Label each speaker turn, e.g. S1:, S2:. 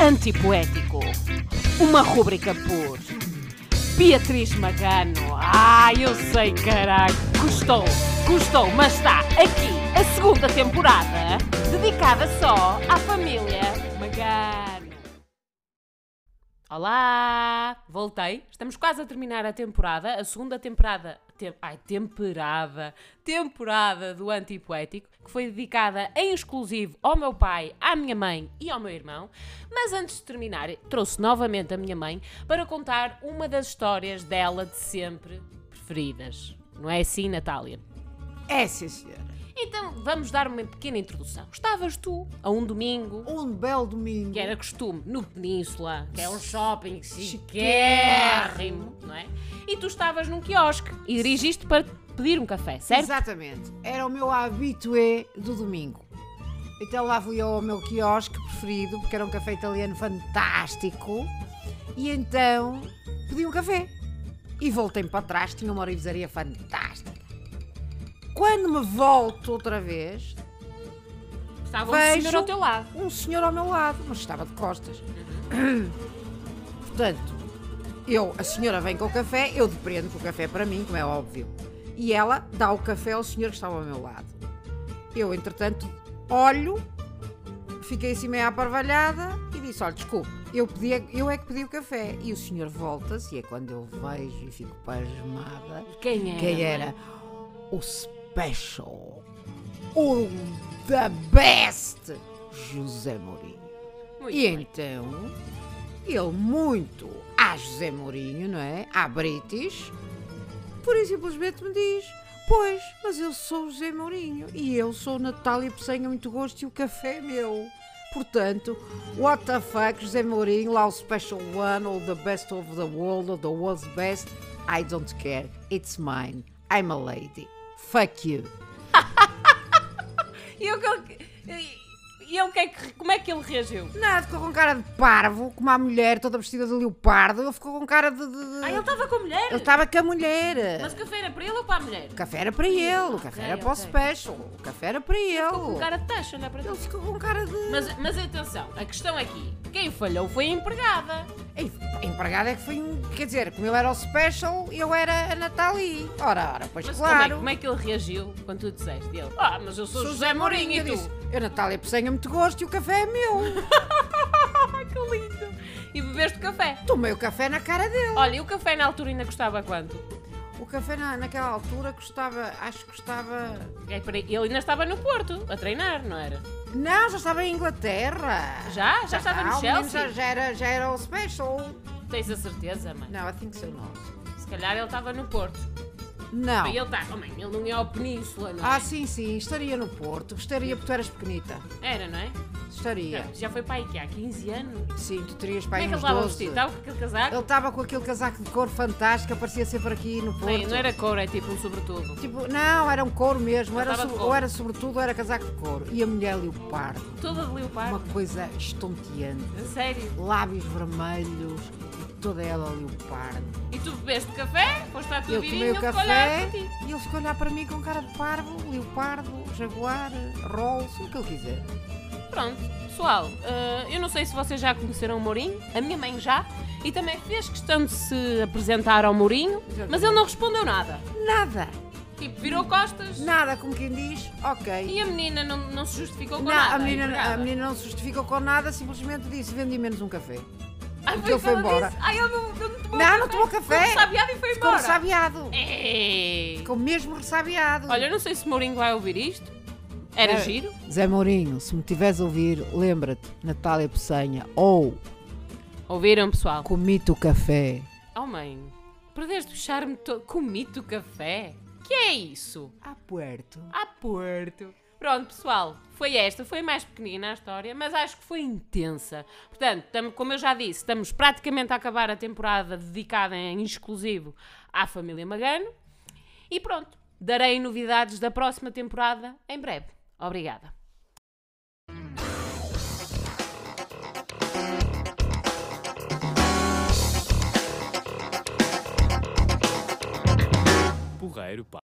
S1: Antipoético. Uma rúbrica por Beatriz Magano. Ah, eu sei, caraca. Custou, custou, mas está aqui a segunda temporada dedicada só à família Magano. Olá! Voltei. Estamos quase a terminar a temporada, a segunda temporada. Tem, ai, temperada! Temporada do Antipoético, que foi dedicada em exclusivo ao meu pai, à minha mãe e ao meu irmão. Mas antes de terminar, trouxe novamente a minha mãe para contar uma das histórias dela de sempre preferidas. Não é assim, Natália?
S2: É, sim, senhora.
S1: Então vamos dar uma pequena introdução. Estavas tu a um domingo
S2: Um belo domingo.
S1: que era costume no Península, que é um shopping chiquérrimo, não é? E tu estavas num quiosque e dirigiste para pedir um café, certo?
S2: Exatamente. Era o meu habitué do domingo. Então lá fui eu ao meu quiosque preferido, porque era um café italiano fantástico. E então pedi um café. E voltei para trás, tinha uma orivesaria fantástica. Quando me volto outra vez,
S1: Estava um senhor
S2: Vejo.
S1: ao teu lado.
S2: um senhor ao meu lado, mas estava de costas. Portanto, eu, a senhora vem com o café, eu depreendo com o café para mim, como é óbvio. E ela dá o café ao senhor que estava ao meu lado. Eu, entretanto, olho, fiquei assim meio aparvalhada e disse: Olha, desculpe, eu, pedi, eu é que pedi o café. E o senhor volta-se, e é quando eu vejo e fico pasmada.
S1: Quem era?
S2: Quem era? O Special. O The Best. José Mourinho.
S1: Muito
S2: E
S1: bem.
S2: então, ele muito a José Mourinho, não é? À British, por e simplesmente me diz: Pois, mas eu sou José Mourinho e eu sou Natália Pessanha, muito gosto, e o café é meu. Portanto, what the fuck, José Mourinho, lá o Special One, ou the best of the world, ou the world's best, I don't care, it's mine, I'm a lady, fuck you.
S1: E eu, e- e eu que é que- como é que ele reagiu?
S2: Nada, ficou com cara de parvo, como a mulher toda vestida de leopardo, ele ficou com cara de. de- de-
S1: Ah, ele estava com a mulher?
S2: Eu estava com a mulher.
S1: Mas o café era para ele ou para a mulher?
S2: O café era para ele, o café era
S1: ok,
S2: para o
S1: ok.
S2: special, o café era para ele.
S1: Ficou com cara de taxa, não é para ti?
S2: Ele ficou com cara de.
S1: Mas, mas atenção, a questão aqui, quem falhou foi a empregada.
S2: Ei, a empregada é que foi um. Quer dizer, como ele era o special, eu era a Nathalie. Ora, ora, pois
S1: Mas como, é,
S2: claro.
S1: como é que ele reagiu quando tu disseste? Ele, ah, mas eu sou, José Mourinho e
S2: eu
S1: tu?
S2: disse, eu Natália Pessanha muito gosto e o café é meu.
S1: Ah, que lindo! E bebeste café.
S2: Tomei o café na cara dele.
S1: Olha, e o café na altura ainda custava quanto?
S2: O café na, naquela altura custava, acho que custava.
S1: É, peraí, Ele ainda estava no Porto, a treinar, não era?
S2: Não, já estava em Inglaterra.
S1: Já? Já estava no
S2: Ah, o menino
S1: Chelsea?
S2: Já, já era, já era o special.
S1: Tens a certeza, mãe?
S2: Não, assim I think so not.
S1: Se calhar ele estava no Porto.
S2: Não.
S1: E ele está, oh, mãe, ele não ia ao Península, não é?
S2: Ah, sim, sim, estaria no Porto. Gostaria porque tu eras pequenita.
S1: Era, não é?
S2: Estaria.
S1: Não, Já foi para aí que há 15 anos.
S2: Sim, tu terias
S1: É. Como
S2: para
S1: é
S2: aí
S1: que ele
S2: uns
S1: estava
S2: 12.
S1: vestido? Estava com aquele casaco?
S2: Ele estava com aquele casaco de cor fantástica, aparecia sempre aqui no Porto.
S1: Bem, não era cor, é tipo um sobretudo.
S2: Tipo, não, era um couro mesmo.
S1: Ele
S2: Era
S1: estava de
S2: so-
S1: couro.
S2: Ou era sobretudo, ou era casaco de couro. E a mulher leopardo.
S1: Toda de
S2: Uma
S1: leopardo.
S2: coisa estonteante.
S1: A Sério.
S2: Lábios vermelhos e toda ela leopardo.
S1: E tu bebeste café, foste à tua
S2: Eu
S1: vidinha, ele
S2: tomei o
S1: ficou a olhar
S2: café
S1: para ti.
S2: e ele ficou a olhar para mim com cara de parvo, leopardo, jaguar, rolls, o que ele quiser.
S1: Pronto, pessoal, eh, eu não sei se vocês já conheceram o Mourinho, a minha mãe já, e também fez questão de se apresentar ao Mourinho, mas ele não respondeu nada.
S2: Nada,
S1: Tipo, virou costas
S2: nada, como quem diz, ok.
S1: e a menina não, não se justificou com
S2: Não,
S1: nada.
S2: a, menina,
S1: empregada.
S2: a menina não se justificou com nada, simplesmente disse: vendi menos um café.
S1: Ai,
S2: porque
S1: foi
S2: ele foi
S1: que ela
S2: embora.
S1: disse. Ai, ele não, ele não tomou
S2: Não,
S1: café.
S2: não tomou café.
S1: Ficou ressabiado e foi
S2: Ficou
S1: embora.
S2: ressabiado.
S1: Ei.
S2: Ficou mesmo ressabiado.
S1: Olha, eu não sei se o Mourinho vai ouvir isto. Era
S2: É.
S1: giro.
S2: Zé Mourinho, se me tiveres a ouvir, lembra-te: Natália Pessanha ou
S1: Ouviram, pessoal?
S2: comi-te o café.
S1: Oh, mãe, perdeste o charme todo. Comi-te o café? Que é isso?
S2: A Puerto.
S1: a Porto. Pronto, pessoal, foi esta, foi mais pequenina a história, mas acho que foi intensa. Portanto, tamo- como eu já disse, estamos praticamente a acabar a temporada dedicada em exclusivo à família Magano. E pronto, darei novidades da próxima temporada em breve. Obrigada.
S3: Porreiro, pá.